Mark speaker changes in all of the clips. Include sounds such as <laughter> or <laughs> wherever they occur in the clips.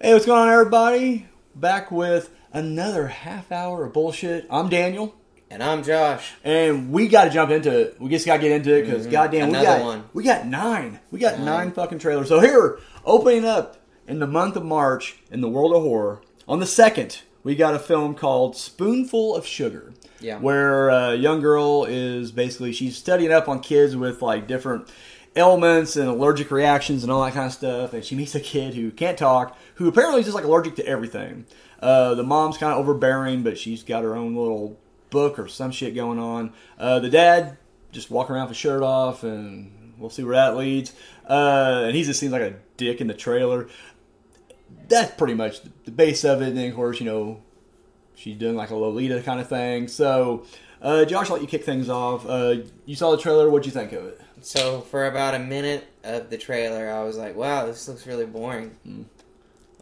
Speaker 1: Hey, what's going on, everybody? Back with another half hour of bullshit. I'm Daniel,
Speaker 2: And I'm Josh.
Speaker 1: and we got to jump into it. We just got to get into it because goddamn, we
Speaker 2: Mm-hmm. Another
Speaker 1: got
Speaker 2: one.
Speaker 1: we got nine. We got nine. fucking trailers. So here, opening up in the month of March in the world of horror. On the second, we got a film called Spoonful of Sugar.
Speaker 2: Yeah.
Speaker 1: Where a young girl is basically she's studying up on kids with like different ailments and allergic reactions and all that kind of stuff. And she meets a kid who can't talk, who apparently is just like allergic to everything. Uh, the mom's kind of overbearing, but she's got her own little book or some shit going on. Uh, the dad just walking around with his shirt off, and we'll see where that leads. Uh, and he just seems like a dick in the trailer. That's pretty much the base of it. And then, of course, you know, she's doing like a Lolita kind of thing. So, uh, Josh, I'll let you kick things off. Uh, you saw the trailer. What'd you think of it?
Speaker 2: So for about a minute of the trailer, I was like, "Wow, this looks really boring."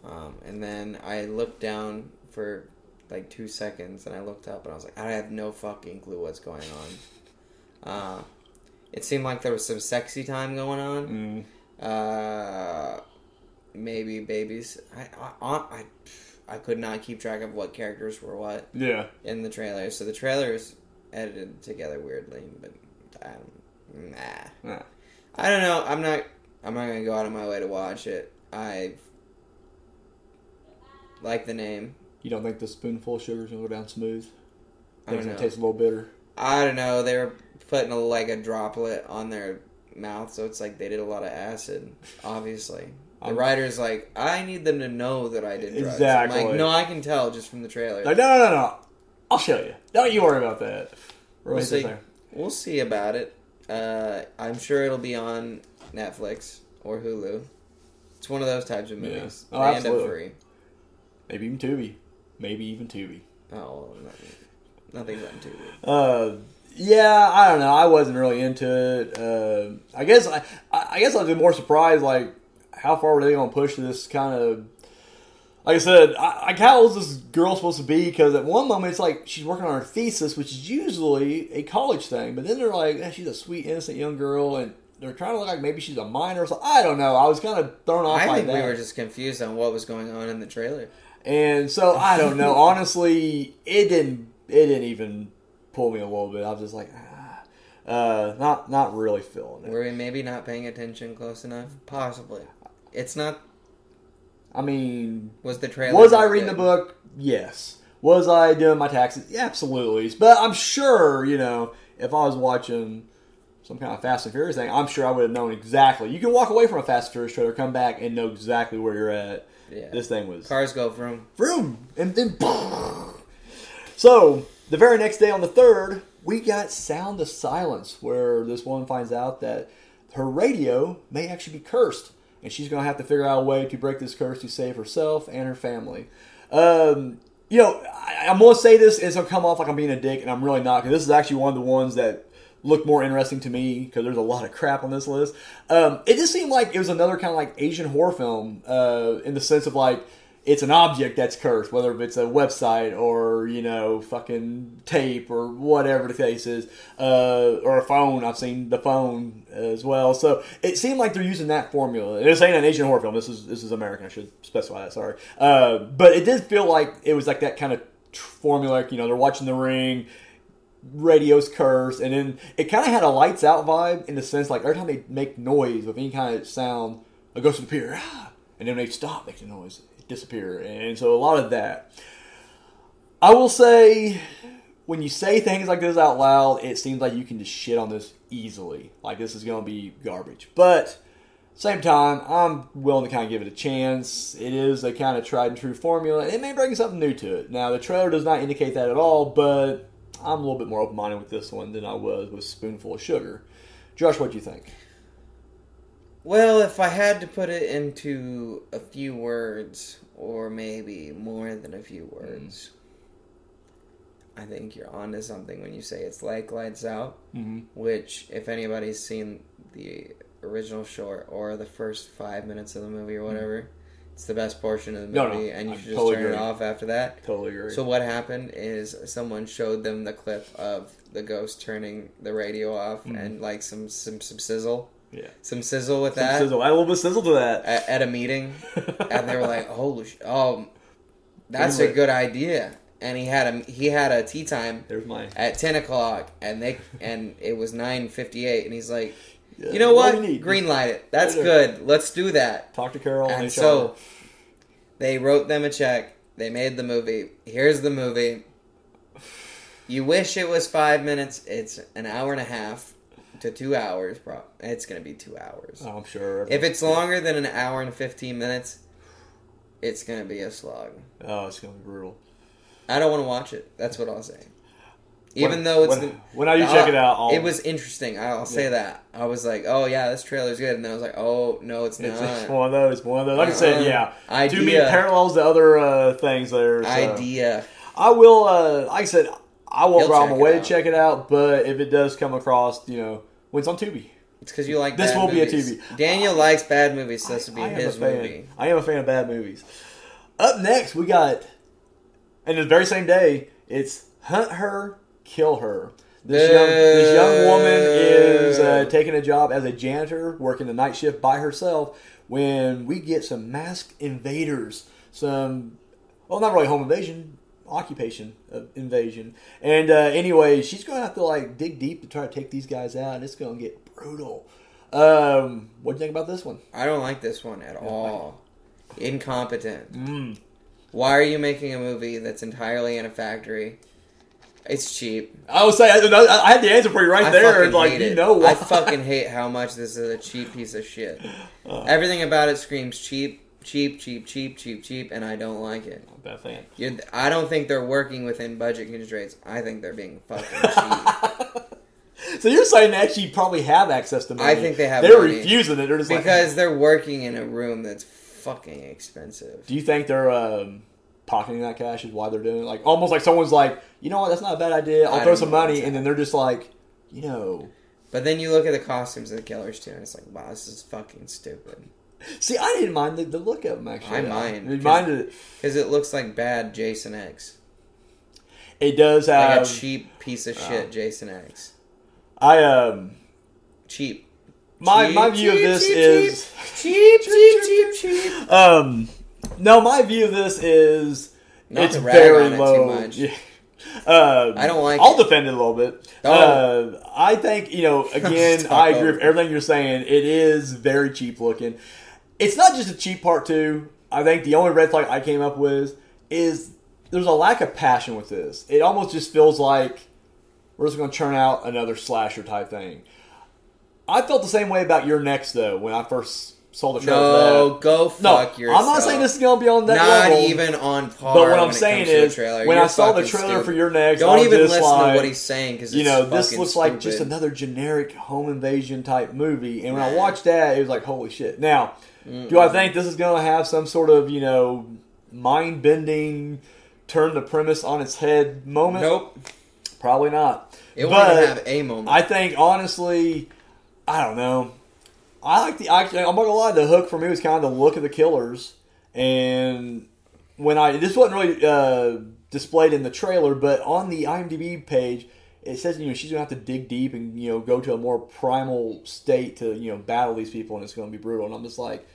Speaker 2: Um, and then I looked down for like two seconds, and I looked up, and I was like, "I have no fucking clue what's going on." Uh, it seemed like there was some sexy time going on.
Speaker 1: Mm.
Speaker 2: Uh, maybe babies. I I, I I could not keep track of what characters were what
Speaker 1: Yeah.
Speaker 2: in the trailer. So the trailer is edited together weirdly, but um, nah.
Speaker 1: Nah.
Speaker 2: I don't know. I'm not. I'm not gonna go out of my way to watch it. I like the name.
Speaker 1: You don't think the spoonful of sugar's gonna go down smooth?
Speaker 2: I don't
Speaker 1: Things gonna
Speaker 2: know.
Speaker 1: taste a little bitter.
Speaker 2: I don't know. They were putting a, like a droplet on their mouth, so it's like they did a lot of acid. Obviously, the
Speaker 1: I'm-
Speaker 2: writer's like, I need them to know that I did drugs. I'm
Speaker 1: Exactly.
Speaker 2: like, no, I can tell just from the trailer.
Speaker 1: Like, no, no, no, no. I'll show you. Don't you worry about that. Right
Speaker 2: We'll see.
Speaker 1: there.
Speaker 2: We'll see about it. Uh, I'm sure it'll be on Netflix or Hulu. It's one of those types of movies.
Speaker 1: Yeah. Oh,
Speaker 2: they end
Speaker 1: absolutely.
Speaker 2: up free.
Speaker 1: Maybe even Tubi. Maybe even Tubi.
Speaker 2: Oh, well, nothing, nothing's on TV.
Speaker 1: Uh, yeah, I don't know. I wasn't really into it. Uh, I guess I, I I guess I'd be more surprised. Like, how far were they going to push this kind of? Like I said, I, like how old is this girl supposed to be? Because at one moment it's like she's working on her thesis, which is usually a college thing, but then they're like, "Eh, she's a sweet, innocent young girl, and they're trying to look like maybe she's a minor. or something. I don't know. I was kind of thrown off.
Speaker 2: I
Speaker 1: by
Speaker 2: think
Speaker 1: that.
Speaker 2: we were just confused on what was going on in the trailer.
Speaker 1: And so I don't
Speaker 2: <laughs>
Speaker 1: know. Honestly, it didn't. It didn't even pull me a little bit. I was just like, ah, uh, not not really feeling it.
Speaker 2: Were we maybe not paying attention close enough? Possibly. It's not.
Speaker 1: I mean,
Speaker 2: Was the trailer?
Speaker 1: was I
Speaker 2: not
Speaker 1: reading the
Speaker 2: good?
Speaker 1: book? Yes. Was I doing my taxes? Yeah, absolutely. But I'm sure you know if I was watching some kind of Fast and Furious thing, I'm sure I would have known exactly. You can walk away from a Fast and Furious trailer, come back, and know exactly where you're at.
Speaker 2: Yeah.
Speaker 1: This thing was
Speaker 2: Cars go vroom.
Speaker 1: vroom, and then so the very next day on the third, we got Sound of Silence, where this woman finds out that her radio may actually be cursed, and she's going to have to figure out a way to break this curse to save herself and her family. Um, you know, I, I'm going to say this, and it's going to come off like I'm being a dick, and I'm really not. Because this is actually one of the ones that looked more interesting to me because there's a lot of crap on this list. Um, it just seemed like it was another kind of like Asian horror film uh, in the sense of like it's an object that's cursed, whether it's a website or you know fucking tape or whatever the case is, uh, or a phone. I've seen the phone as well, so it seemed like they're using that formula. And This ain't an Asian horror film. This is this is American. I should specify that. Sorry, uh, but it did feel like it was like that kind of tr- formula. Like, you know, they're watching The Ring radio's cursed, and then it kind of had a lights out vibe in the sense like every time they make noise with any kind of sound, it goes to the pier, ah, and then they stop making noise, disappear, and so a lot of that. I will say, when you say things like this out loud, it seems like you can just shit on this easily. Like this is gonna be garbage, but. Same time, I'm willing to kind of give it a chance. It is a kind of tried and true formula, and it may bring something new to it. Now, the trailer does not indicate that at all, but I'm a little bit more open minded with this one than I was with Spoonful of Sugar. Josh, what do you think?
Speaker 2: Well, if I had to put it into a few words, or maybe more than a few
Speaker 1: Mm.
Speaker 2: words, I think you're onto something when you say it's like Lights Out,
Speaker 1: Mm-hmm.
Speaker 2: which, if anybody's seen the original short or the first five minutes of the movie or whatever, it's the best portion of the
Speaker 1: Mm. No, no,
Speaker 2: movie, and you
Speaker 1: I
Speaker 2: should just
Speaker 1: totally
Speaker 2: turn it
Speaker 1: agree.
Speaker 2: off after that.
Speaker 1: Totally agree.
Speaker 2: So what happened is someone showed them the clip of the ghost turning the radio off and like some some, some sizzle,
Speaker 1: Mm. Yeah.
Speaker 2: some sizzle with
Speaker 1: Some
Speaker 2: that
Speaker 1: sizzle. Add a little bit of sizzle to that.
Speaker 2: At, at a meeting, and they were
Speaker 1: <laughs>
Speaker 2: like, "Holy, sh- oh, that's a
Speaker 1: Really?
Speaker 2: good idea." And he had a he had a tea time
Speaker 1: "There's my."
Speaker 2: at ten o'clock, and they and it was nine fifty eight, and he's like,
Speaker 1: Yeah,
Speaker 2: "You know
Speaker 1: what
Speaker 2: what?
Speaker 1: do you need?
Speaker 2: Green light it. That's
Speaker 1: Right
Speaker 2: good. Let's do that."
Speaker 1: Talk to Carol and,
Speaker 2: And
Speaker 1: HR.
Speaker 2: so they wrote them a check. They made the movie. Here's the movie. You wish it was five minutes. It's an hour and a half to two hours. Pro- it's going to be two hours.
Speaker 1: Oh, I'm sure.
Speaker 2: If it's longer than an hour and 15 minutes, it's going to be a slog.
Speaker 1: oh, it's gonna be brutal.
Speaker 2: I don't want to watch it. That's what I'll say.
Speaker 1: When-
Speaker 2: Even though it's
Speaker 1: when,
Speaker 2: the-
Speaker 1: when I do
Speaker 2: the-
Speaker 1: check it out, I'll,
Speaker 2: it was interesting. I'll say
Speaker 1: Yeah.
Speaker 2: that. I was like, "Oh yeah, this trailer's good," and then I was like, "Oh no, it's,
Speaker 1: It's, it's
Speaker 2: not."
Speaker 1: one of those. One of those. Like I said,
Speaker 2: Uh-uh.
Speaker 1: yeah.
Speaker 2: Idea.
Speaker 1: Too many parallels to other uh, things there. So.
Speaker 2: Idea.
Speaker 1: I will. Uh, like I said, I won't
Speaker 2: You'll
Speaker 1: go out my
Speaker 2: check it
Speaker 1: way to
Speaker 2: out.
Speaker 1: check it out. But if it does come across, you know, when it's on Tubi,
Speaker 2: It's because you like
Speaker 1: This
Speaker 2: bad
Speaker 1: will be a
Speaker 2: movies.
Speaker 1: TV.
Speaker 2: Daniel likes bad movies, so this will be
Speaker 1: I am
Speaker 2: his
Speaker 1: a fan.
Speaker 2: movie.
Speaker 1: I am a fan of bad movies. Up next, we got, and the very same day, it's Hunt Her, Kill Her. This young, this young woman is uh, taking a job as a janitor, working the night shift by herself. When we get some masked invaders, some, well, not really home invasion, occupation of invasion. And uh, anyway, she's going to have to like dig deep to try to take these guys out, and it's going to get brutal. Um, what do you think about this one?
Speaker 2: I don't like this one at all. Incompetent.
Speaker 1: Mm.
Speaker 2: Why are you making a movie that's entirely in a factory? It's cheap.
Speaker 1: I was saying, I, I- I had the answer for you right
Speaker 2: I
Speaker 1: there.
Speaker 2: fucking
Speaker 1: It's like,
Speaker 2: hate
Speaker 1: you
Speaker 2: it.
Speaker 1: know
Speaker 2: <laughs> I
Speaker 1: what? <laughs>
Speaker 2: fucking hate how much this is a cheap piece of shit.
Speaker 1: Uh,
Speaker 2: Everything about it screams cheap, cheap, cheap, cheap, cheap, cheap, and I don't like it.
Speaker 1: Bad fan.
Speaker 2: You're, I don't think they're working within budget constraints. I think they're being <laughs> fucking cheap.
Speaker 1: <laughs> So you're saying they actually probably have access to money.
Speaker 2: I think they have
Speaker 1: They're
Speaker 2: money.
Speaker 1: refusing it. They're just like,
Speaker 2: because they're working in a room that's fucking expensive.
Speaker 1: <laughs> do you think they're um, pocketing that cash is why they're doing it? Like almost like someone's like, you know what? That's not a bad idea. I'll
Speaker 2: I
Speaker 1: throw
Speaker 2: don't
Speaker 1: some
Speaker 2: know
Speaker 1: money,
Speaker 2: what's
Speaker 1: and then they're just like, you know.
Speaker 2: But then you look at the costumes of the killers too, and it's like, wow, this is fucking stupid.
Speaker 1: See, I didn't mind the, the look of them actually.
Speaker 2: I mind,
Speaker 1: It minded it.
Speaker 2: Because it looks like bad Jason X.
Speaker 1: It does
Speaker 2: Like
Speaker 1: have.
Speaker 2: a cheap piece of shit Jason X.
Speaker 1: I um.
Speaker 2: Cheap.
Speaker 1: My
Speaker 2: Cheap,
Speaker 1: my view of
Speaker 2: cheap,
Speaker 1: this
Speaker 2: cheap,
Speaker 1: is.
Speaker 2: Cheap, cheap, cheap, cheap.
Speaker 1: Um, no, my view of this is
Speaker 2: Not
Speaker 1: it's
Speaker 2: to rag
Speaker 1: very
Speaker 2: on it too
Speaker 1: low.
Speaker 2: much.
Speaker 1: Yeah. <laughs> Um,
Speaker 2: I don't like
Speaker 1: I'll
Speaker 2: it.
Speaker 1: defend it a little bit.
Speaker 2: Oh.
Speaker 1: Uh, I think you
Speaker 2: <laughs>
Speaker 1: know. Again,
Speaker 2: Talk
Speaker 1: I agree
Speaker 2: over.
Speaker 1: with everything you're saying. It is very cheap looking. It's not just a cheap part too. I think the only red flag I came up with is there's a lack of passion with this. It almost just feels like we're just going to churn out another slasher type thing. I felt the same way about your next though when I first saw the trailer. for that.
Speaker 2: No, go
Speaker 1: No,
Speaker 2: fuck yourself.
Speaker 1: I'm not saying this is going to be on that
Speaker 2: Not
Speaker 1: level.
Speaker 2: even on par.
Speaker 1: But what
Speaker 2: when
Speaker 1: I'm
Speaker 2: it
Speaker 1: saying
Speaker 2: comes to the
Speaker 1: is,
Speaker 2: trailer.
Speaker 1: when I
Speaker 2: You're
Speaker 1: saw the
Speaker 2: fucking
Speaker 1: trailer
Speaker 2: stupid.
Speaker 1: for your next, I
Speaker 2: don't
Speaker 1: was
Speaker 2: even
Speaker 1: just
Speaker 2: listen
Speaker 1: like,
Speaker 2: to what he's saying because
Speaker 1: you know, this looks
Speaker 2: stupid.
Speaker 1: like just another generic home invasion type movie. And when I watched that, it was like, holy shit. Now, do I think this is going to have some sort of, you know, mind bending, turn the premise on its head moment?
Speaker 2: Nope,
Speaker 1: Probably not.
Speaker 2: it won't
Speaker 1: But
Speaker 2: even have a moment.
Speaker 1: Um, I think, honestly, I don't know. I like the, I, I'm not going to lie, the hook for me was kind of the look of the killers. And when I this wasn't really uh, displayed in the trailer, but on the IMDb page, it says you know she's gonna have to dig deep and you know go to a more primal state to you know battle these people, and it's gonna be brutal. And I'm just like,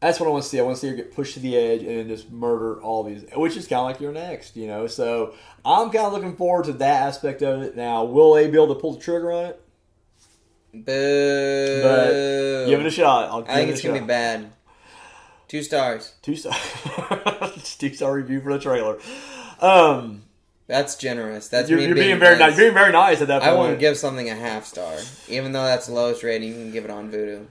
Speaker 1: that's what I want to see. I want to see her get pushed to the edge and then just murder all these, which is kind of like your next, you know. So I'm kind of looking forward to that aspect of it. Now, will they be able to pull the trigger on it?
Speaker 2: Boo.
Speaker 1: But give it a shot. I'll give
Speaker 2: I think
Speaker 1: it a
Speaker 2: it's gonna
Speaker 1: shot.
Speaker 2: be bad. Two stars.
Speaker 1: Two star, two star <laughs> review for the trailer. Um,
Speaker 2: That's generous. That's
Speaker 1: you're,
Speaker 2: me
Speaker 1: you're being,
Speaker 2: being,
Speaker 1: very nice.
Speaker 2: nice.
Speaker 1: You're being very nice at that
Speaker 2: I
Speaker 1: point.
Speaker 2: won't give something a half star, even though that's the lowest rating. You can give it on Voodoo.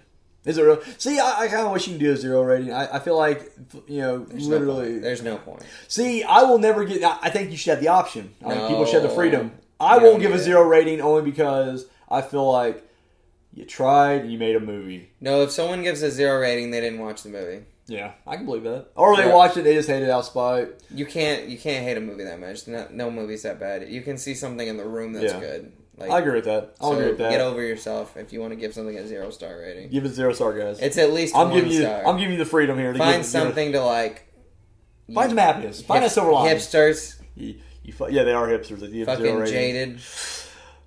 Speaker 1: Is it real? See, I, I kind of wish you can do a zero rating. I, I feel like, you know,
Speaker 2: There's no
Speaker 1: literally.
Speaker 2: point. there's no point.
Speaker 1: see, I will never get. I, I think you should have the option. I think people should have the
Speaker 2: No.
Speaker 1: freedom. I
Speaker 2: You
Speaker 1: won't
Speaker 2: don't
Speaker 1: give a
Speaker 2: need it.
Speaker 1: zero rating only because I feel like you tried and you made a movie.
Speaker 2: No, if someone gives a zero rating, they didn't watch the movie.
Speaker 1: Yeah, I can believe that. Or they
Speaker 2: Yeah.
Speaker 1: watched it, they just hated it out of spite.
Speaker 2: You can't you can't hate a movie that much. No, no movie's that bad. You can see something in the room that's
Speaker 1: Yeah.
Speaker 2: good. Like
Speaker 1: I agree with that. I'll
Speaker 2: so
Speaker 1: agree with that.
Speaker 2: Get over yourself if you want to give something a zero star rating.
Speaker 1: give it zero star, guys.
Speaker 2: It's at least
Speaker 1: I'm
Speaker 2: one
Speaker 1: giving you.
Speaker 2: star.
Speaker 1: I'm giving you the freedom here. To give
Speaker 2: Find
Speaker 1: it-
Speaker 2: something to like.
Speaker 1: Give it, find some happiness. Find that silver lining.
Speaker 2: Hipsters,
Speaker 1: You, you, fu- yeah, they are hipsters. They give zero
Speaker 2: fucking
Speaker 1: rating.
Speaker 2: jaded.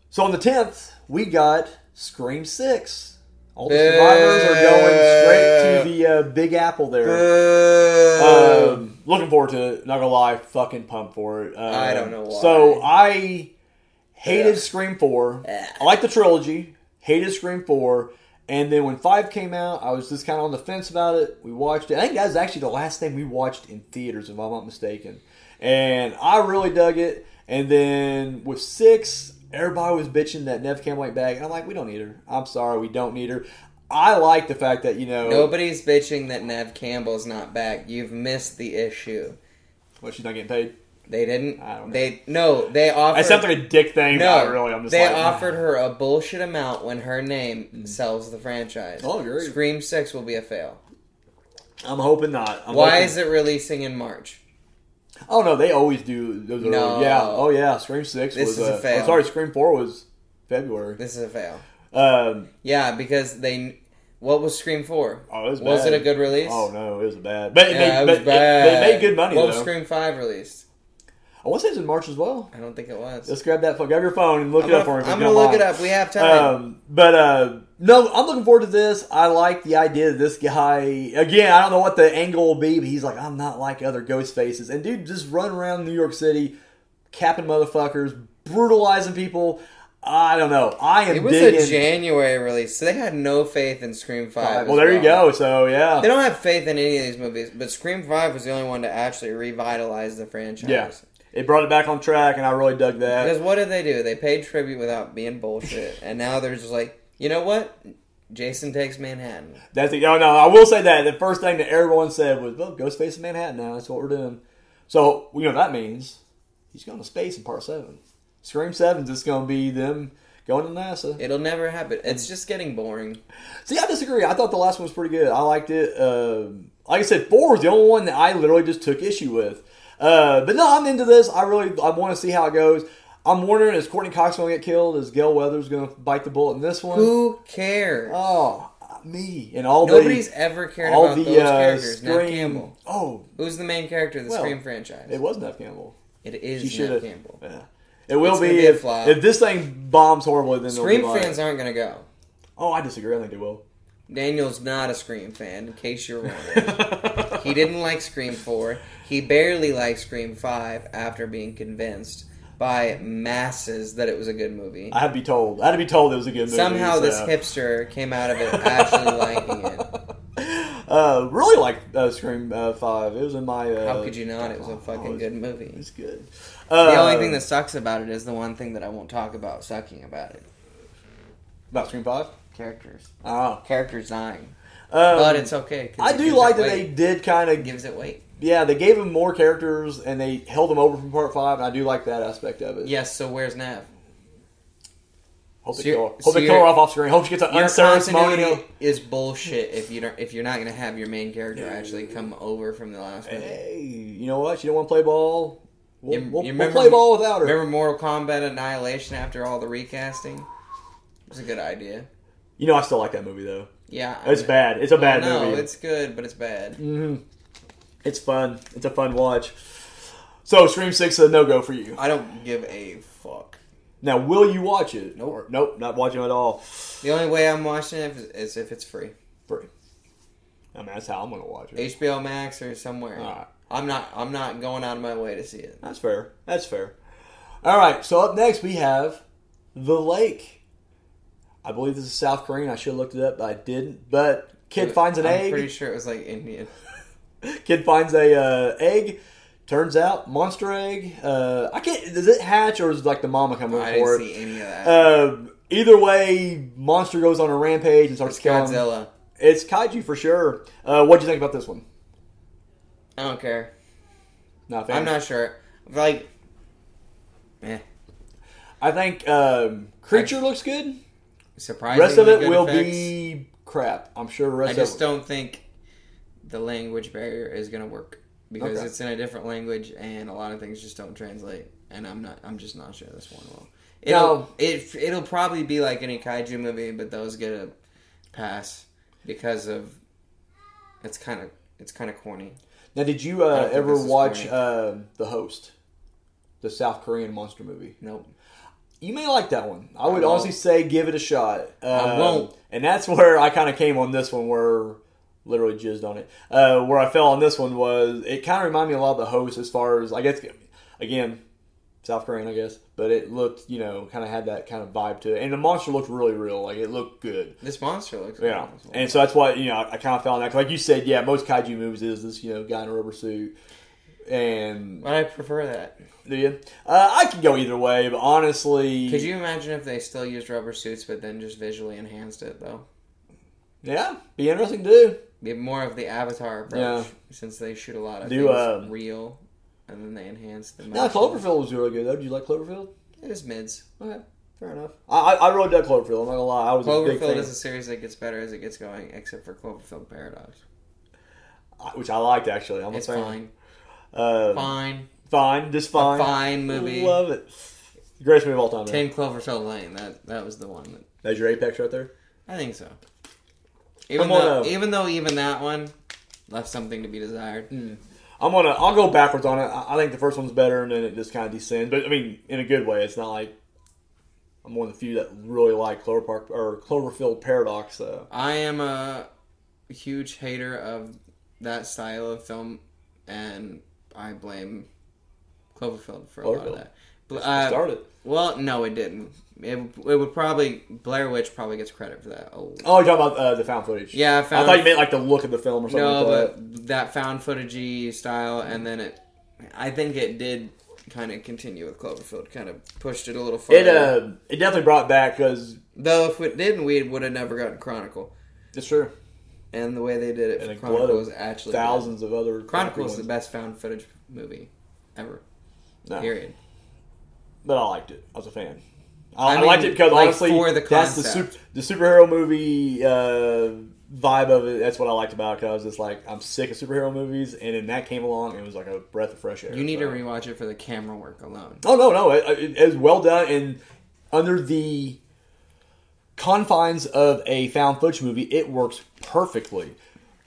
Speaker 1: So on the tenth, we got Scream Six. All the survivors are going straight to the uh, Big Apple there. Um, looking forward to it. Not gonna lie, fucking pumped for it. Um,
Speaker 2: I don't know why.
Speaker 1: So I hated
Speaker 2: Yeah. Eh.
Speaker 1: Scream Four.
Speaker 2: Yeah.
Speaker 1: I like the trilogy. Hated Scream Four, and then when Five came out, I was just kind of on the fence about it. We watched it. I think that was actually the last thing we watched in theaters, if I'm not mistaken. And I really dug it. And then with Six, everybody was bitching that Nev Campbell went back, and I'm like, we don't need her. I'm sorry, we don't need her. I like the fact that you know,
Speaker 2: Nobody's bitching that Nev Campbell's not back. You've missed the issue.
Speaker 1: well, she's not getting paid.
Speaker 2: They didn't.
Speaker 1: I don't know.
Speaker 2: They no. They offered.
Speaker 1: It sounds like a dick thing.
Speaker 2: no,
Speaker 1: not really. I'm just
Speaker 2: they
Speaker 1: like,
Speaker 2: offered her a bullshit amount when her name sells the franchise.
Speaker 1: Oh, great.
Speaker 2: Scream Six will be a fail.
Speaker 1: I'm hoping not. I'm
Speaker 2: Why
Speaker 1: hoping-
Speaker 2: is it releasing in March?
Speaker 1: Oh no, they always do. Those are
Speaker 2: No.
Speaker 1: yeah. Oh yeah, Scream Six
Speaker 2: This
Speaker 1: was.
Speaker 2: is a
Speaker 1: uh,
Speaker 2: fail.
Speaker 1: I'm sorry, Scream Four was February.
Speaker 2: This is a fail.
Speaker 1: Um,
Speaker 2: Yeah, because they. What was Scream Four?
Speaker 1: oh, it was.
Speaker 2: Was
Speaker 1: bad.
Speaker 2: it a good release?
Speaker 1: Oh no, it was bad. But it
Speaker 2: Yeah,
Speaker 1: made,
Speaker 2: it was
Speaker 1: but it-
Speaker 2: bad.
Speaker 1: they made good money
Speaker 2: What
Speaker 1: though.
Speaker 2: was Scream Five released?
Speaker 1: I want to say it's in March as well.
Speaker 2: I don't think it was.
Speaker 1: Let's grab that. phone- Grab your phone and look
Speaker 2: I'm
Speaker 1: it
Speaker 2: gonna,
Speaker 1: up for me. if
Speaker 2: I'm
Speaker 1: you
Speaker 2: gonna
Speaker 1: don't
Speaker 2: look it
Speaker 1: mind.
Speaker 2: up. We have time.
Speaker 1: Um, but uh, no, I'm looking forward to this. I like the idea that this guy again. I don't know what the angle will be, but he's like, I'm not like other ghost faces, and dude, just run around New York City, capping motherfuckers, brutalizing people. I don't know. I am
Speaker 2: it was
Speaker 1: digging.
Speaker 2: a January release, so they had no faith in Scream Five.
Speaker 1: well,
Speaker 2: as
Speaker 1: there you go. So yeah,
Speaker 2: They don't have faith in any of these movies, but Scream Five was the only one to actually revitalize the franchise.
Speaker 1: yeah, it brought it back on track, and I really dug that.
Speaker 2: Because what did they do? They paid tribute without being bullshit, and now they're just like, you know what? Jason takes Manhattan.
Speaker 1: That's the, oh no, I will say that the first thing that everyone said was, "Well, Ghostface in Manhattan now. That's what we're doing." So you know that means he's going to space in Part Seven. Scream Seven's just going to be them going to NASA.
Speaker 2: It'll never happen. It's just getting boring.
Speaker 1: See, I disagree. I thought the last one was pretty good. I liked it. Um like I said, four was the only one that I literally just took issue with. Uh, but no, I'm into this. I really I want to see how it goes. I'm wondering is Courtney Cox going to get killed? Is Gail Weathers going to bite the bullet in this one?
Speaker 2: Who cares?
Speaker 1: Oh, me and all
Speaker 2: Nobody's
Speaker 1: the
Speaker 2: ever cared
Speaker 1: all
Speaker 2: about
Speaker 1: the
Speaker 2: those
Speaker 1: uh,
Speaker 2: characters. Nev
Speaker 1: Scream-
Speaker 2: Campbell.
Speaker 1: Oh,
Speaker 2: Who's the main character of the
Speaker 1: Well,
Speaker 2: Scream franchise?
Speaker 1: It was Neff Campbell.
Speaker 2: it
Speaker 1: She
Speaker 2: is
Speaker 1: should have.
Speaker 2: Nev Campbell.
Speaker 1: Yeah. It will
Speaker 2: It's
Speaker 1: be,
Speaker 2: gonna be a
Speaker 1: if,
Speaker 2: flop.
Speaker 1: if this thing bombs horribly. Then they'll
Speaker 2: Scream
Speaker 1: be like,
Speaker 2: fans aren't gonna go.
Speaker 1: Oh, I disagree. I think they will.
Speaker 2: Daniel's not a Scream fan, in case you're wondering. <laughs> he didn't like Scream 4. He barely liked Scream 5 after being convinced by masses that it was a good movie.
Speaker 1: I had to be told. I had to be told it was a good movie.
Speaker 2: Somehow this
Speaker 1: so.
Speaker 2: hipster came out of it actually liking it.
Speaker 1: <laughs> Uh, really like uh, Scream uh, Five. It was in my. Uh,
Speaker 2: How could you not? It was a
Speaker 1: oh, it
Speaker 2: fucking
Speaker 1: was-
Speaker 2: good movie.
Speaker 1: It's good.
Speaker 2: The
Speaker 1: Uh,
Speaker 2: only thing that sucks about it is the one thing that I won't talk about sucking about it.
Speaker 1: about Scream Five.
Speaker 2: Characters.
Speaker 1: Oh,
Speaker 2: Characters dying.
Speaker 1: um,
Speaker 2: But it's okay. 'cause
Speaker 1: I
Speaker 2: it
Speaker 1: do
Speaker 2: gives
Speaker 1: like
Speaker 2: it
Speaker 1: that
Speaker 2: weight.
Speaker 1: they did kind
Speaker 2: It
Speaker 1: of.
Speaker 2: gives it weight.
Speaker 1: Yeah, they gave him more characters and they held him over from Part Five, and I do like that aspect of it.
Speaker 2: Yes, so where's Nav?
Speaker 1: Hope
Speaker 2: So
Speaker 1: they
Speaker 2: you're-
Speaker 1: kill her. Hope
Speaker 2: so
Speaker 1: they kill
Speaker 2: you're-
Speaker 1: her off off screen. Hope she gets an
Speaker 2: Your
Speaker 1: unceremonial.
Speaker 2: continuity is bullshit if you don't if you're not gonna have your main character actually come over from the last movie.
Speaker 1: Hey, you know what? She don't want to play ball. We'll,
Speaker 2: You- you
Speaker 1: we'll- we'll
Speaker 2: remember-
Speaker 1: play ball without her.
Speaker 2: Remember Mortal Kombat Annihilation after all the recasting? It was a good idea.
Speaker 1: You know, I still like that movie though.
Speaker 2: Yeah, I
Speaker 1: It's
Speaker 2: mean-
Speaker 1: bad. It's a bad
Speaker 2: Well, no,
Speaker 1: movie.
Speaker 2: it's good, but it's bad.
Speaker 1: Mhm. It's fun. It's a fun watch. So, Scream Six is a no go for you.
Speaker 2: I don't give a fuck.
Speaker 1: Now, will you watch it?
Speaker 2: Nope.
Speaker 1: Or- nope. Not watching it at all.
Speaker 2: The only way I'm watching it is, is if it's free,
Speaker 1: Free. I mean, that's how I'm gonna watch it.
Speaker 2: HBO Max or somewhere.
Speaker 1: Alright.
Speaker 2: I'm not. I'm not going out of my way to see it.
Speaker 1: That's fair. That's fair. All right. So up next we have the lake. I believe this is South Korean. I should have looked it up, but I didn't. But kid finds an
Speaker 2: I'm
Speaker 1: egg.
Speaker 2: Pretty sure it was like Indian.
Speaker 1: <laughs> Kid finds a uh, egg. Turns out monster egg. Uh, I can't. Does it hatch or is like the mama coming
Speaker 2: I
Speaker 1: for
Speaker 2: didn't
Speaker 1: it?
Speaker 2: see any of that.
Speaker 1: Um, either way, monster goes on a rampage and starts
Speaker 2: it's
Speaker 1: killing.
Speaker 2: Godzilla.
Speaker 1: It's kaiju for sure. Uh, what do you think about this one?
Speaker 2: I don't care.
Speaker 1: Not a fan.
Speaker 2: I'm not sure. Like, eh.
Speaker 1: I think um, creature looks good.
Speaker 2: Surprisingly,
Speaker 1: Rest of it
Speaker 2: good
Speaker 1: will
Speaker 2: effects.
Speaker 1: be crap. I'm sure. the
Speaker 2: I
Speaker 1: Rest
Speaker 2: just
Speaker 1: of it.
Speaker 2: don't think the language barrier is going to work because
Speaker 1: Okay.
Speaker 2: it's in a different language and a lot of things just don't translate. And I'm not. I'm just not sure this one will. It'll,
Speaker 1: No.
Speaker 2: it it'll probably be like any kaiju movie, but those get a pass because of it's kind of it's kind of corny.
Speaker 1: Now, did you
Speaker 2: I
Speaker 1: uh,
Speaker 2: don't think
Speaker 1: ever
Speaker 2: this is
Speaker 1: watch
Speaker 2: funny.
Speaker 1: um the host, the South Korean monster movie?
Speaker 2: Nope.
Speaker 1: You may like that one. I would
Speaker 2: won't.
Speaker 1: honestly say give it a shot. Um,
Speaker 2: won't.
Speaker 1: And that's where I kind of came on this one, where literally jizzed on it. Uh, where I fell on this one was it kind of reminded me a lot of the host as far as I guess again South Korean, I guess, but it looked you know kind of had that kind of vibe to it, and the monster looked really real. Like it looked good.
Speaker 2: This monster looks
Speaker 1: Yeah,
Speaker 2: cool as well.
Speaker 1: and so that's why you know I, I kind of found that 'Cause like you said, yeah, most kaiju movies is this you know guy in a rubber suit, and
Speaker 2: But I prefer that.
Speaker 1: do you? Uh, I could go either way, but honestly,
Speaker 2: Could you imagine if they still used rubber suits but then just visually enhanced it though?
Speaker 1: yeah, be interesting to do.
Speaker 2: Be more of the Avatar approach
Speaker 1: Yeah.
Speaker 2: since they shoot a lot of
Speaker 1: Do,
Speaker 2: things
Speaker 1: um,
Speaker 2: real and then they enhance the.
Speaker 1: Now Cloverfield was really good though. Did you like Cloverfield?
Speaker 2: It is mids.
Speaker 1: Okay, fair enough. I I, I really dug Cloverfield. I'm not gonna lie, I was a big
Speaker 2: Cloverfield
Speaker 1: fan,
Speaker 2: is a series that gets better as it gets going, except for Cloverfield Paradox.
Speaker 1: I- which I liked actually. I'm
Speaker 2: It's
Speaker 1: a fan.
Speaker 2: fine,
Speaker 1: Uh, fine.
Speaker 2: fine,
Speaker 1: just
Speaker 2: a
Speaker 1: fine.
Speaker 2: fine movie.
Speaker 1: Love it. Greatest movie of all time. man.
Speaker 2: Ten Cloverfield Lane. That that was the one. That,
Speaker 1: That's your apex right there.
Speaker 2: I think so. Even
Speaker 1: Come on
Speaker 2: though,
Speaker 1: up.
Speaker 2: even though, even that one left something to be desired.
Speaker 1: I'm gonna I'll go backwards on it. I, I think the first one's better, and then it just kind of descends. But I mean, in a good way. It's not like I'm one of the few that really like Clover Park or Cloverfield Paradox. uh, So
Speaker 2: I am a huge hater of that style of film, and I blame Cloverfield for a lot
Speaker 1: Cloverfield.
Speaker 2: of that. Bl- uh,
Speaker 1: started.
Speaker 2: Well, no, it didn't. It, it would probably Blair Witch probably gets credit for that. Oh,
Speaker 1: Oh, you're talking about uh, the found footage.
Speaker 2: yeah, I
Speaker 1: I
Speaker 2: found
Speaker 1: thought you meant like the look of the film or something.
Speaker 2: no,
Speaker 1: like that.
Speaker 2: but that found footagey style, and then it, I think it did kind of continue with Cloverfield, kind of pushed it a little further.
Speaker 1: it uh, it definitely brought back because
Speaker 2: Though if it didn't, we would have never gotten Chronicle,
Speaker 1: it's true.
Speaker 2: and the way they did it
Speaker 1: And
Speaker 2: for
Speaker 1: a
Speaker 2: Chronicle
Speaker 1: glove.
Speaker 2: was actually good.
Speaker 1: Thousands of other
Speaker 2: Chronicle is the
Speaker 1: ones. Ah,
Speaker 2: best found footage movie ever.
Speaker 1: No.
Speaker 2: Period.
Speaker 1: but I liked it. I was a fan. I,
Speaker 2: I
Speaker 1: I liked
Speaker 2: mean,
Speaker 1: it because
Speaker 2: like,
Speaker 1: honestly,
Speaker 2: for the
Speaker 1: that's the
Speaker 2: concept.
Speaker 1: sup- the superhero movie uh, vibe of it. That's what I liked about it. Cause I was just like, I'm sick of superhero movies, and then that came along, and it was like a breath of fresh air.
Speaker 2: You need
Speaker 1: so.
Speaker 2: to rewatch it for the camera work alone.
Speaker 1: Oh no, no, it, it, it was well done, and under the confines of a found footage movie, it works perfectly.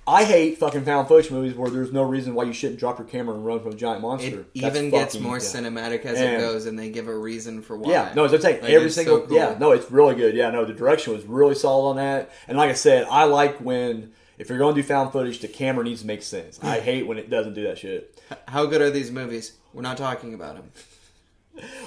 Speaker 1: I hate fucking found footage movies where there's no reason why you shouldn't drop your camera and run from a giant
Speaker 2: It
Speaker 1: monster. That's
Speaker 2: even gets
Speaker 1: fucking
Speaker 2: more
Speaker 1: dumb.
Speaker 2: cinematic as it
Speaker 1: And-
Speaker 2: goes, and they give a reason for why.
Speaker 1: Yeah, no, as I'm saying,
Speaker 2: Like,
Speaker 1: every
Speaker 2: it's so
Speaker 1: single
Speaker 2: cool.
Speaker 1: yeah, no, it's really good. Yeah, no, the direction was really solid on that. And like I said, I like when if you're going to do found footage, the camera needs to make sense. I hate when it doesn't do that shit.
Speaker 2: How good are these movies? We're not talking about them.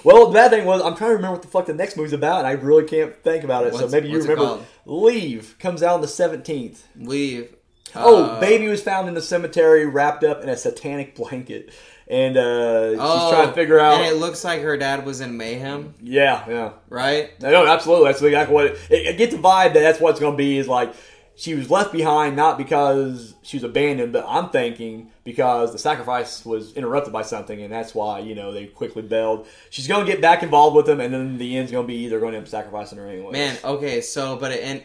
Speaker 1: Well, the bad thing was I'm trying to remember what the fuck the next movie's about, and I really can't think about it. so
Speaker 2: What's-
Speaker 1: maybe you
Speaker 2: what's it Uh,
Speaker 1: remember. Leave comes out on the 17th.
Speaker 2: Leave.
Speaker 1: oh,
Speaker 2: Uh,
Speaker 1: baby was found in the cemetery, wrapped up in a satanic blanket, and uh,
Speaker 2: oh,
Speaker 1: she's trying to figure out.
Speaker 2: And it looks like her dad was in mayhem,
Speaker 1: yeah, yeah.
Speaker 2: right?
Speaker 1: No, absolutely. That's exactly what it, it, I get the vibe that that's what it's going to be is like she was left behind not because she was abandoned, but I'm thinking because the sacrifice was interrupted by something, and that's why you know they quickly bailed. She's going to get back involved with them, and then the end's going to be either going to end up sacrificing her anyway.
Speaker 2: Man, okay, so but it, and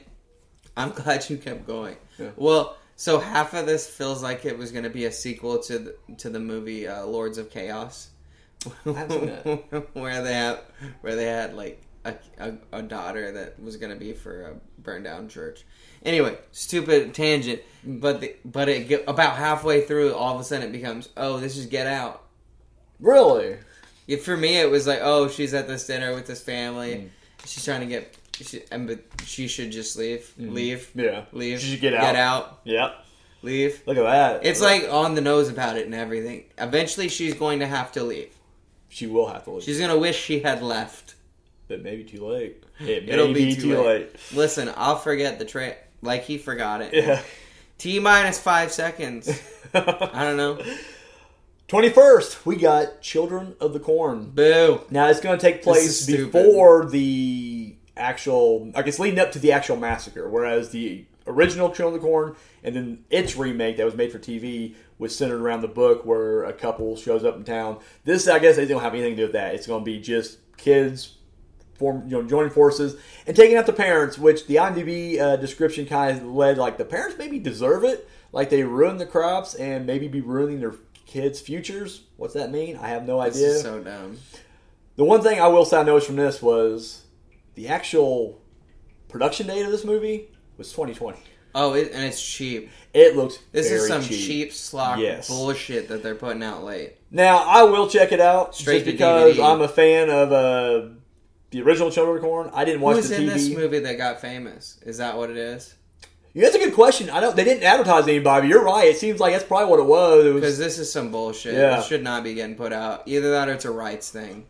Speaker 2: I'm <laughs> glad you kept going.
Speaker 1: Yeah.
Speaker 2: Well, so half of this feels like it was going to be a sequel to the, to the movie uh, Lords of Chaos,
Speaker 1: haven't seen
Speaker 2: <laughs> where they have where they had like a, a, a daughter that was going to be for a burned down church. Anyway, stupid tangent, but the, but it get, about halfway through, all of a sudden it becomes, oh, this is Get Out.
Speaker 1: really?
Speaker 2: Yeah, for me, it was like, oh, she's at this dinner with this family.
Speaker 1: Mm.
Speaker 2: She's trying to get, she, and but she should just leave, leave,
Speaker 1: Yeah.
Speaker 2: leave.
Speaker 1: Mm. She should get out.
Speaker 2: get out,
Speaker 1: Yep.
Speaker 2: leave.
Speaker 1: Look at that.
Speaker 2: It's like on the nose about it and everything. Eventually, she's going to have to leave.
Speaker 1: she will have to leave,
Speaker 2: She's gonna wish she had left.
Speaker 1: but maybe too late. It may
Speaker 2: It'll
Speaker 1: be, too late.
Speaker 2: Listen, I'll forget the train like he forgot
Speaker 1: <laughs>
Speaker 2: it.
Speaker 1: Yeah.
Speaker 2: T minus
Speaker 1: <laughs>
Speaker 2: five seconds. I don't know.
Speaker 1: Twenty first, we got Children of the Corn.
Speaker 2: Boo.
Speaker 1: Now it's going to take
Speaker 2: is
Speaker 1: place
Speaker 2: stupid.
Speaker 1: before the actual, like it's leading up to the actual massacre. Whereas the original Children of the Corn and then its remake that was made for TV was centered around the book where a couple shows up in town. This, I guess, they don't have anything to do with that. It's going to be just kids form, you know, joining forces and taking out the parents, which the IMDb uh, description kind of led like the parents maybe deserve it, like they ruined the crops and maybe be ruining their kids' futures. What's that mean? I have no
Speaker 2: This
Speaker 1: idea.
Speaker 2: is so dumb.
Speaker 1: The one thing I will say I noticed from this was the actual production date of this movie was 2020.
Speaker 2: Oh, it, and it's cheap.
Speaker 1: It looks
Speaker 2: This
Speaker 1: very
Speaker 2: is some cheap,
Speaker 1: cheap.
Speaker 2: slop
Speaker 1: Yes.
Speaker 2: bullshit that they're putting out late.
Speaker 1: Now I will check it out
Speaker 2: Straight
Speaker 1: just
Speaker 2: to
Speaker 1: because
Speaker 2: DVD.
Speaker 1: I'm a fan of uh, the original Children of Corn. I didn't watch
Speaker 2: Who's
Speaker 1: the
Speaker 2: in
Speaker 1: TV.
Speaker 2: this movie that got famous? Is that what it is?
Speaker 1: Yeah, that's a good question. I don't. They didn't advertise to anybody. You're right. It seems like that's probably what it was. It
Speaker 2: Because
Speaker 1: was
Speaker 2: this is some bullshit.
Speaker 1: Yeah.
Speaker 2: It should not be getting put out. Either that or it's a rights thing.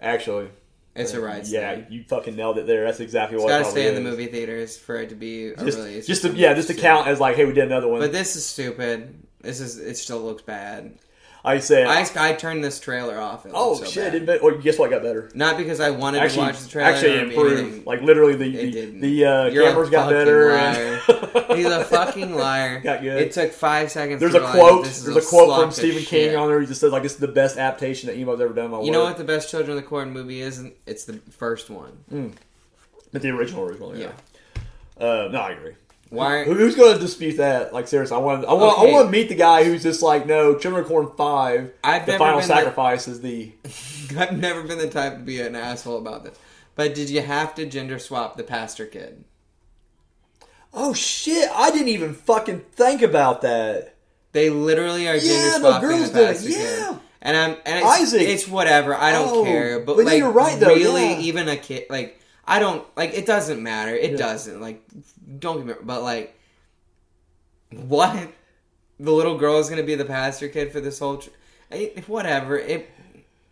Speaker 1: actually.
Speaker 2: It's a rights
Speaker 1: Yeah,
Speaker 2: thing.
Speaker 1: you fucking nailed it there. That's exactly
Speaker 2: It's
Speaker 1: what.
Speaker 2: got to
Speaker 1: probably
Speaker 2: stay in the
Speaker 1: is.
Speaker 2: movie theaters for it to be a release.
Speaker 1: Just, just to, yeah, just to count as like, hey, we did another one.
Speaker 2: But this is stupid. This is it. Still looks bad.
Speaker 1: I said,
Speaker 2: I, I turned this trailer off. It
Speaker 1: oh
Speaker 2: looked so
Speaker 1: shit,
Speaker 2: bad.
Speaker 1: it did, or guess what got better?
Speaker 2: Not because I wanted
Speaker 1: Actually,
Speaker 2: to watch the trailer.
Speaker 1: actually
Speaker 2: or
Speaker 1: improved.
Speaker 2: anything.
Speaker 1: Like literally, the
Speaker 2: It
Speaker 1: the,
Speaker 2: didn't.
Speaker 1: the uh,
Speaker 2: You're a
Speaker 1: cameras got
Speaker 2: fucking
Speaker 1: better.
Speaker 2: liar.
Speaker 1: <laughs>
Speaker 2: He's a fucking liar.
Speaker 1: Got good.
Speaker 2: It took five seconds.
Speaker 1: There's
Speaker 2: to
Speaker 1: a
Speaker 2: realize
Speaker 1: quote.
Speaker 2: that this is
Speaker 1: There's a quote
Speaker 2: slop
Speaker 1: from
Speaker 2: of
Speaker 1: Stephen
Speaker 2: shit.
Speaker 1: King on there. He just says like, "This is the best adaptation that Emo's ever done." in My
Speaker 2: You know
Speaker 1: work."
Speaker 2: what the best Children of the Corn movie is? It's the first one.
Speaker 1: But the original, original,
Speaker 2: Yeah.
Speaker 1: yeah. Uh, no, I agree.
Speaker 2: Why?
Speaker 1: Who- Who's going to dispute that? Like seriously, I want, I want,
Speaker 2: Okay.
Speaker 1: I want to meet the guy who's just like, no, Children of Corn Five,
Speaker 2: I've
Speaker 1: the
Speaker 2: never
Speaker 1: final
Speaker 2: been the-
Speaker 1: sacrifice is the.
Speaker 2: I've never been the type to be an asshole about this. But did you have to gender swap the pastor kid?
Speaker 1: Oh shit! I didn't even fucking think about that.
Speaker 2: They literally are gender
Speaker 1: Yeah, the
Speaker 2: swapping the,
Speaker 1: girls did it.
Speaker 2: pastor
Speaker 1: Yeah.
Speaker 2: kid. And I'm and it's,
Speaker 1: Isaac.
Speaker 2: it's whatever. I don't
Speaker 1: Oh,
Speaker 2: care. But,
Speaker 1: but
Speaker 2: like,
Speaker 1: you're right, though,
Speaker 2: really,
Speaker 1: yeah.
Speaker 2: even a kid like I don't like it doesn't matter. It doesn't like don't get me. But like, what the little girl is gonna be the pastor kid for this whole? Tr- I- whatever it.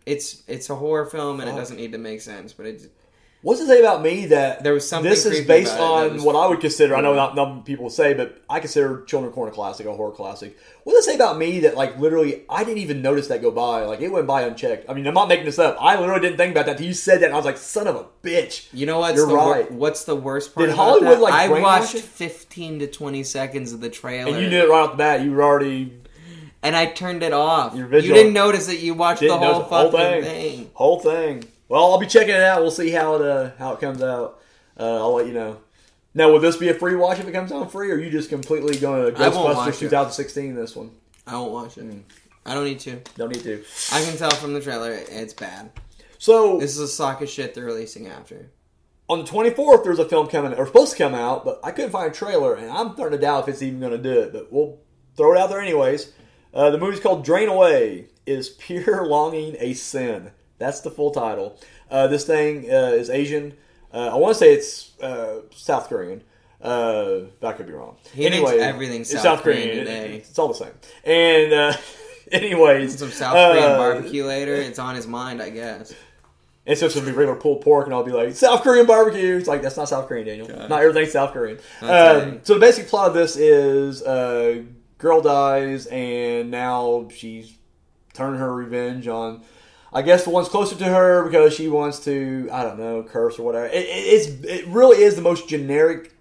Speaker 2: It's it's a horror film and it
Speaker 1: Fuck.
Speaker 2: doesn't need to make sense, but it
Speaker 1: What's it say about me that
Speaker 2: There was something
Speaker 1: This is
Speaker 2: creepy
Speaker 1: based
Speaker 2: about it that
Speaker 1: on
Speaker 2: was-
Speaker 1: what I would consider. I know not, not people say, but I consider Children of Corn a classic, a horror classic. What does it say about me that like literally I didn't even notice that go by? Like it went by unchecked. I mean, I'm not making this up. I literally didn't think about that. till You said that, and I was like, son of a bitch.
Speaker 2: You know what's
Speaker 1: You're
Speaker 2: the wor-
Speaker 1: right.
Speaker 2: what's the worst part?
Speaker 1: Did
Speaker 2: about
Speaker 1: Hollywood,
Speaker 2: that?
Speaker 1: like,
Speaker 2: I
Speaker 1: brainwash
Speaker 2: watched
Speaker 1: it?
Speaker 2: 15 to 20 seconds of the trailer,
Speaker 1: And you knew it right off the bat. You were already
Speaker 2: and I turned it off. You
Speaker 1: You're vigilant.
Speaker 2: didn't notice that you watched the
Speaker 1: didn't
Speaker 2: whole
Speaker 1: notice the whole
Speaker 2: fucking
Speaker 1: thing.
Speaker 2: thing.
Speaker 1: Whole thing. Well, I'll be checking it out. We'll see how it uh, how it comes out. Uh, I'll let you know. Now, will this be a free watch if it comes out free, or are you just completely going to
Speaker 2: I won't watch
Speaker 1: Ghostbusters
Speaker 2: it.
Speaker 1: 2016? This one
Speaker 2: I won't watch
Speaker 1: Mm.
Speaker 2: it. I don't need to.
Speaker 1: don't need to.
Speaker 2: I can tell from the trailer it's bad.
Speaker 1: So
Speaker 2: This is a sock of shit they're releasing after.
Speaker 1: on the 24th, there's a film coming or supposed to come out, but I couldn't find a trailer, and I'm starting to doubt if it's even going to do it. But we'll throw it out there anyways. Uh, the movie's called Drain Away. Is pure <laughs> longing a sin? That's the full title. Uh, this thing uh, is Asian. Uh, I want to say it's uh, South Korean. Uh, but I could be wrong.
Speaker 2: He makes everything
Speaker 1: it's
Speaker 2: South Korean today.
Speaker 1: It's all the same. And uh, <laughs> anyways,
Speaker 2: Some South Korean
Speaker 1: uh,
Speaker 2: barbecue later. It's on his mind, I guess.
Speaker 1: it's just gonna be regular pulled pork, and I'll be like South Korean barbecue. It's like that's not South Korean, Daniel. Not everything's South Korean.
Speaker 2: Not today.
Speaker 1: Um, so the basic plot of this is uh, girl dies, and now she's turning her revenge on, I guess, the ones closer to her because she wants to, I don't know, curse or whatever. It, it, it's it really is the most generic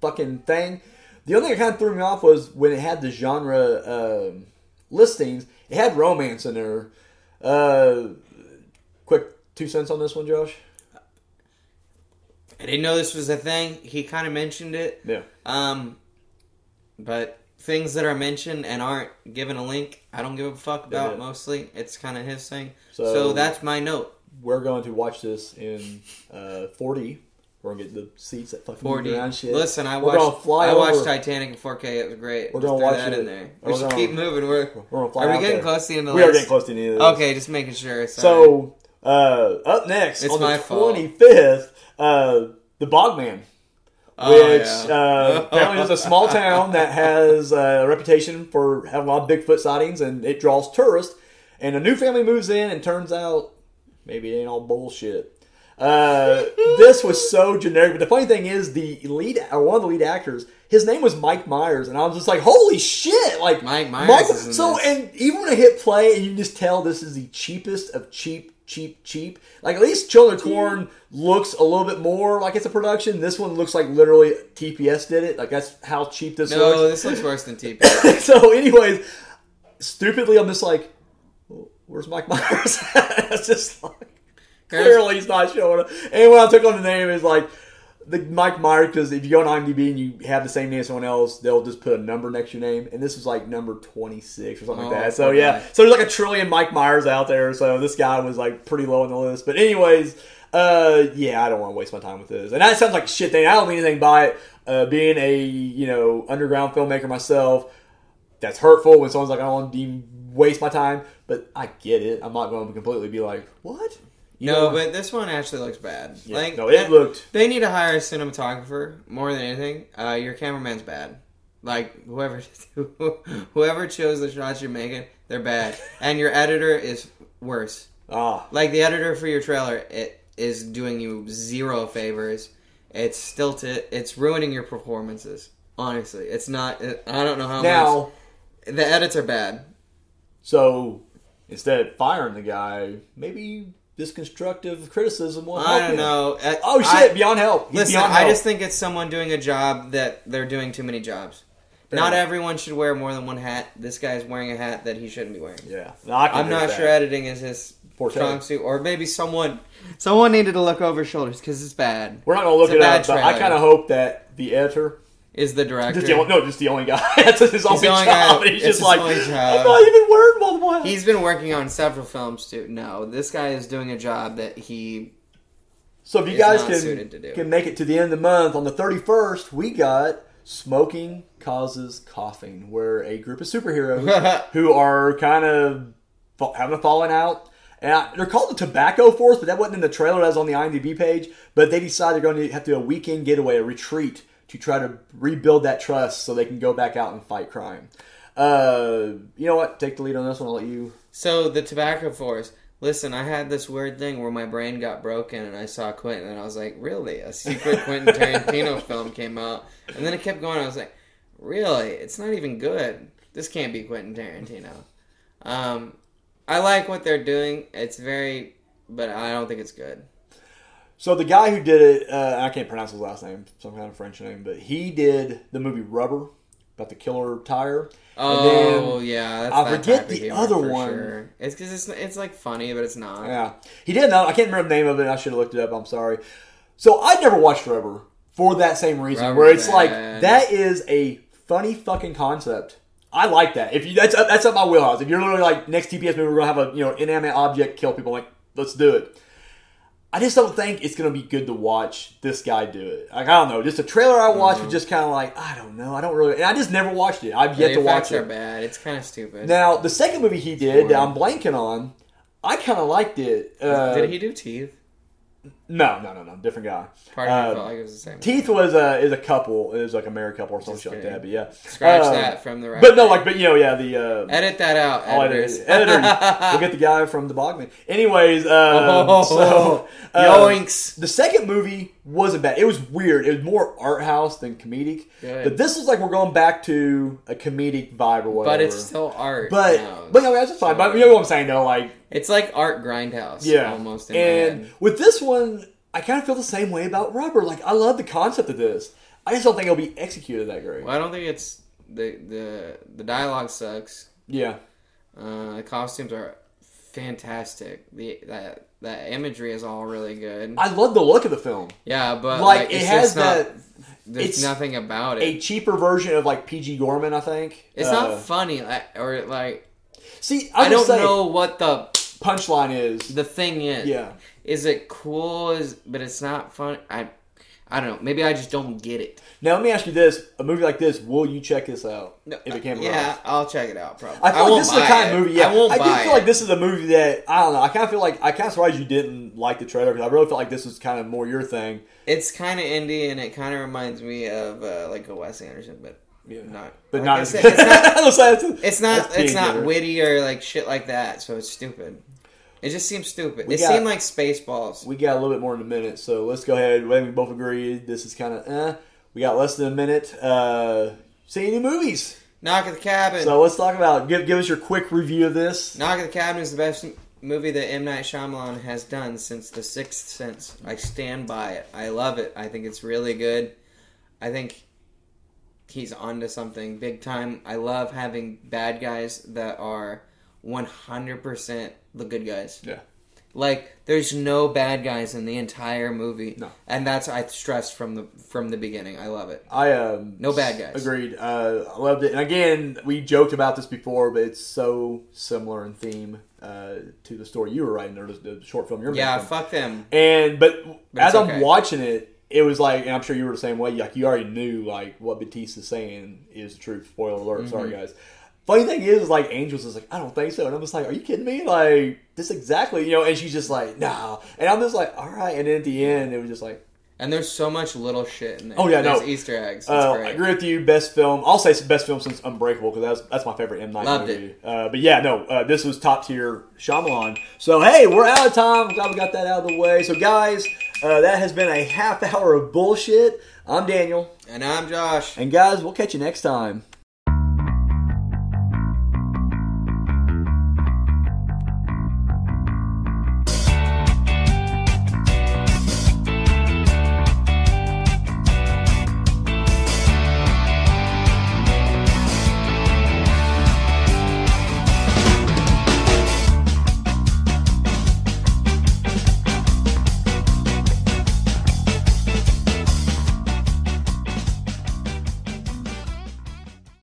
Speaker 1: fucking thing. The only thing that kind of threw me off was when it had the genre um listings. It had romance in there. Uh, quick two cents on this one, Josh.
Speaker 2: I didn't know this was a thing. He kind of mentioned it.
Speaker 1: Yeah.
Speaker 2: Um, but things that are mentioned and aren't given a link, I don't give a fuck about.
Speaker 1: Yeah.
Speaker 2: Mostly, it's kind of his thing. So,
Speaker 1: So-
Speaker 2: that's my note.
Speaker 1: We're going to watch this in uh, 4D. We're gonna get the seats that fucking
Speaker 2: 4D.
Speaker 1: move around shit.
Speaker 2: Listen, I
Speaker 1: We're gonna
Speaker 2: watched.
Speaker 1: fly
Speaker 2: I watched
Speaker 1: over.
Speaker 2: Titanic in 4K. It was great.
Speaker 1: We're
Speaker 2: Just
Speaker 1: gonna
Speaker 2: throw
Speaker 1: watch
Speaker 2: that
Speaker 1: it.
Speaker 2: in there.
Speaker 1: We're
Speaker 2: We should
Speaker 1: gonna-
Speaker 2: keep moving. We're,
Speaker 1: We're gonna fly
Speaker 2: are we
Speaker 1: out
Speaker 2: getting
Speaker 1: there.
Speaker 2: close to the end of
Speaker 1: We
Speaker 2: the
Speaker 1: are
Speaker 2: list?
Speaker 1: getting close to the end of this.
Speaker 2: Okay, just making sure. Sorry.
Speaker 1: So uh, up next
Speaker 2: It's
Speaker 1: on
Speaker 2: my
Speaker 1: the
Speaker 2: fault.
Speaker 1: twenty fivth, uh, the Bogman,
Speaker 2: Oh,
Speaker 1: which
Speaker 2: yeah. <laughs>
Speaker 1: uh, apparently is a small town that has uh, a reputation for having a lot of Bigfoot sightings, and it draws tourists. And a new family moves in, and turns out maybe it ain't all bullshit. Uh, this
Speaker 2: <laughs>
Speaker 1: was so generic. But the funny thing is, the lead or one of the lead actors, his name was Mike Myers, and I was just like, "Holy shit!" Like
Speaker 2: Mike Myers is in
Speaker 1: so,
Speaker 2: this.
Speaker 1: and even when I hit play, and you just tell this is the cheapest of cheap, cheap, cheap. Like at least Children of Corn looks a little bit more like it's a production. This one looks like literally TPS did it. Like that's how cheap this
Speaker 2: no,
Speaker 1: looks
Speaker 2: this looks worse
Speaker 1: <laughs>
Speaker 2: than TP.
Speaker 1: so, anyways, stupidly, I'm just like, "Where's Mike Myers?" <laughs> it's just like clearly he's not showing up. And when I took on the name, it's like the Mike Myers because if you go on IMDb and you have the same name as someone else, they'll just put a number next to your name, and this was like number 26 or something
Speaker 2: Oh,
Speaker 1: like that. So
Speaker 2: okay.
Speaker 1: yeah, so there's like a trillion Mike Myers out there. So this guy was like pretty low on the list. But anyways, uh, yeah, I don't want to waste my time with this. And that sounds like a shit thing. I don't mean anything by it. Uh, being a you know underground filmmaker myself, that's hurtful when someone's like, I don't want to even waste my time. But I get it. I'm not going to completely be like, what? You
Speaker 2: no,
Speaker 1: don't-
Speaker 2: but this one actually looks bad.
Speaker 1: Yeah,
Speaker 2: like
Speaker 1: no, it looked.
Speaker 2: They need to hire a cinematographer more than anything. Uh, your cameraman's bad. Like whoever <laughs> whoever chose the shots you're making, they're bad, and your editor is worse.
Speaker 1: Ah,
Speaker 2: Like the editor for your trailer, it is doing you zero favors. It's stilted. It's ruining your performances. Honestly, it's not. I don't know how
Speaker 1: now
Speaker 2: much the edits are bad.
Speaker 1: so instead of firing the guy, maybe this constructive criticism will
Speaker 2: I
Speaker 1: help.
Speaker 2: don't
Speaker 1: him.
Speaker 2: know. Uh,
Speaker 1: Oh
Speaker 2: I-
Speaker 1: shit! beyond help. He's
Speaker 2: Listen,
Speaker 1: beyond
Speaker 2: I
Speaker 1: help.
Speaker 2: just think it's someone doing a job that they're doing too many jobs.
Speaker 1: Fair
Speaker 2: Not
Speaker 1: enough.
Speaker 2: everyone should wear more than one hat. This guy's wearing a hat that he shouldn't be wearing.
Speaker 1: yeah. No, I can
Speaker 2: I'm
Speaker 1: do
Speaker 2: not
Speaker 1: that.
Speaker 2: sure editing is his
Speaker 1: Forte.
Speaker 2: strong suit, or maybe someone someone needed to look over his shoulders because it's bad.
Speaker 1: We're not gonna look
Speaker 2: It's a
Speaker 1: it up,
Speaker 2: bad
Speaker 1: but I
Speaker 2: trailer.
Speaker 1: kind of hope that the editor
Speaker 2: Is the director?
Speaker 1: Just the only, no, just the only guy. <laughs> That's his only
Speaker 2: the only
Speaker 1: job.
Speaker 2: guy.
Speaker 1: And he's just
Speaker 2: It's his
Speaker 1: like,
Speaker 2: only
Speaker 1: I'm
Speaker 2: job."
Speaker 1: not even worried about one.
Speaker 2: He's been working on several films too. No, this guy is doing a job that he.
Speaker 1: so if you
Speaker 2: is
Speaker 1: guys
Speaker 2: not suited to
Speaker 1: can
Speaker 2: do.
Speaker 1: can make it to the end of the month on the 31st, we got smoking causes coughing, where a group of
Speaker 2: <laughs>
Speaker 1: superheroes who are kind of fa- having a falling out. And I- they're called the Tobacco Force, but that wasn't in the trailer. That was on the IMDb page. But they decide they're going to have to do a weekend getaway, a retreat, to try to rebuild that trust so they can go back out and fight crime. Uh, you know what? Take the lead on this one. I'll let you
Speaker 2: So the tobacco force. Listen, I had this weird thing where my brain got broken, and I saw Quentin, and I was like, "Really?" A secret Quentin
Speaker 1: <laughs>
Speaker 2: Tarantino film came out, and then it kept going. I was like, "Really? It's not even good. This can't be Quentin Tarantino." Um, I like what they're doing. It's very, but I don't think it's good.
Speaker 1: So the guy who did it, uh, I can't pronounce his last name, some kind of French name, but he did the movie Rubber about the killer tire. And
Speaker 2: Oh yeah, that's
Speaker 1: I
Speaker 2: that
Speaker 1: forget
Speaker 2: type of
Speaker 1: the
Speaker 2: humor
Speaker 1: other
Speaker 2: for
Speaker 1: one.
Speaker 2: Sure. It's because it's it's like funny, but it's not.
Speaker 1: yeah, he did. Know, I can't remember the name of it. I should have looked it up. I'm sorry. So I never watched Rubber for that same reason,
Speaker 2: Rubber's
Speaker 1: where it's like
Speaker 2: bad.
Speaker 1: that is a funny fucking concept. I like that. If you that's up, that's up my wheelhouse. If you're literally like next TPS movie, we're gonna have a you know inanimate object kill people. Like let's do it. I just don't think it's gonna be good to watch this guy do it. Like I don't know, just a trailer I watched was just kind of like I don't know, I don't really, and I just never watched it. I've
Speaker 2: The
Speaker 1: yet to watch
Speaker 2: effects are
Speaker 1: it.
Speaker 2: bad. It's kind of stupid.
Speaker 1: Now the second movie he did that I'm blanking on, I kind of liked it. Uh,
Speaker 2: Did he do teeth?
Speaker 1: No, no, no, no, different guy.
Speaker 2: Part of me
Speaker 1: Uh,
Speaker 2: felt like it was the same.
Speaker 1: Teeth was a is a couple, is like a married couple or something like
Speaker 2: kidding.
Speaker 1: that. But yeah,
Speaker 2: Scratch
Speaker 1: Uh,
Speaker 2: that from the record.
Speaker 1: But no, like, but you know, yeah, the uh,
Speaker 2: edit that out,
Speaker 1: Oh, it
Speaker 2: editors.
Speaker 1: is. Editors.
Speaker 2: <laughs>
Speaker 1: we'll get the guy from the Bogman. Anyways, uh,
Speaker 2: Oh, <laughs>
Speaker 1: so uh,
Speaker 2: yoinks.
Speaker 1: the second movie wasn't bad. It was weird. It was more art house than comedic.
Speaker 2: Good.
Speaker 1: But this was like we're going back to a comedic vibe or whatever.
Speaker 2: but it's still art.
Speaker 1: but
Speaker 2: now.
Speaker 1: but yeah, that's just fine. But you know what I'm saying though, like
Speaker 2: it's like art grindhouse.
Speaker 1: yeah,
Speaker 2: almost. In my
Speaker 1: and
Speaker 2: head.
Speaker 1: with this one, I kind of feel the same way about Rubber. Like I love the concept of this. I just don't think it'll be executed that great.
Speaker 2: Well, I don't think it's the the the dialogue sucks.
Speaker 1: Yeah,
Speaker 2: Uh, the costumes are fantastic. The that that imagery is all really good.
Speaker 1: I love the look of the film.
Speaker 2: yeah, but
Speaker 1: Like,
Speaker 2: like,
Speaker 1: it
Speaker 2: it's
Speaker 1: has
Speaker 2: just not,
Speaker 1: that.
Speaker 2: There's
Speaker 1: it's
Speaker 2: nothing about it.
Speaker 1: A cheaper version of like PG Gorman, I think.
Speaker 2: it's
Speaker 1: Uh,
Speaker 2: not funny, like, or like
Speaker 1: See,
Speaker 2: I,
Speaker 1: I,
Speaker 2: don't
Speaker 1: don't say
Speaker 2: know what the
Speaker 1: Punchline is
Speaker 2: the thing is.
Speaker 1: yeah.
Speaker 2: is it cool is but it's not fun i i don't know maybe i just don't get it
Speaker 1: Now let me ask you this: a movie like this, will you check this out if it came out?
Speaker 2: yeah i'll check it out probably
Speaker 1: I feel like
Speaker 2: won't
Speaker 1: this is the
Speaker 2: buy
Speaker 1: kind
Speaker 2: it.
Speaker 1: of movie. Yeah,
Speaker 2: i won't
Speaker 1: do
Speaker 2: buy
Speaker 1: feel
Speaker 2: it.
Speaker 1: like this is a movie that I don't know. I kind of feel like I kind of surprised you didn't like the trailer because I really felt like this was kind of more your thing.
Speaker 2: it's kind of indie and it kind of reminds me of uh, like a wes anderson but
Speaker 1: Yeah.
Speaker 2: not
Speaker 1: But
Speaker 2: like
Speaker 1: not
Speaker 2: I
Speaker 1: as
Speaker 2: said, it's not
Speaker 1: <laughs> I was like, that's-
Speaker 2: it's not
Speaker 1: that's
Speaker 2: it's
Speaker 1: being
Speaker 2: not
Speaker 1: good.
Speaker 2: witty or like shit like that so it's stupid it just seems stupid
Speaker 1: We
Speaker 2: it
Speaker 1: got-
Speaker 2: seemed like spaceballs
Speaker 1: We got a little bit more in a minute, so let's go ahead. We both agree this is kind of eh. We got less than a minute. Uh, see any movies?
Speaker 2: knock at the cabin
Speaker 1: So let's talk about. Give give us your quick review of this.
Speaker 2: knock at the cabin is the best movie that m night Shyamalan has done since the sixth sense i stand by it i love it i think it's really good I think he's onto something big time. I love having bad guys that are 100% the good guys.
Speaker 1: Yeah.
Speaker 2: Like there's no bad guys in the entire movie.
Speaker 1: No.
Speaker 2: And that's I stressed from the from the beginning. I love it.
Speaker 1: I um
Speaker 2: No bad guys.
Speaker 1: Agreed. Uh, I loved it. And again, we joked about this before, but it's so similar in theme uh, to the story you were writing or the, the short film you're
Speaker 2: Yeah,
Speaker 1: making.
Speaker 2: fuck them.
Speaker 1: <laughs> and but,
Speaker 2: But
Speaker 1: as
Speaker 2: it's
Speaker 1: I'm
Speaker 2: okay.
Speaker 1: watching it, it was like, and I'm sure you
Speaker 2: Mm-hmm.
Speaker 1: were the same way. Like you already knew like what Batista's saying is the truth. Spoiler alert. Sorry guys. Funny thing is, like Angels is like, I don't think so, and I'm just like, are you kidding me? Like this exactly, you know? And she's just like, nah, and I'm just like, all right. And then at the end, it was just like,
Speaker 2: And there's so much little shit in there.
Speaker 1: Oh, yeah, no.
Speaker 2: there's Easter eggs. It's
Speaker 1: uh, I
Speaker 2: great.
Speaker 1: agree with you. Best film. I'll say it's the best film since Unbreakable because that's that's my favorite M Night
Speaker 2: Loved
Speaker 1: movie. Uh, but yeah, no, uh, this was top tier Shyamalan. So hey, we're out of time. I'm glad we got that out of the way. So guys, uh, that has been a half hour of bullshit. I'm Daniel,
Speaker 2: And I'm Josh.
Speaker 1: and guys, we'll catch you next time.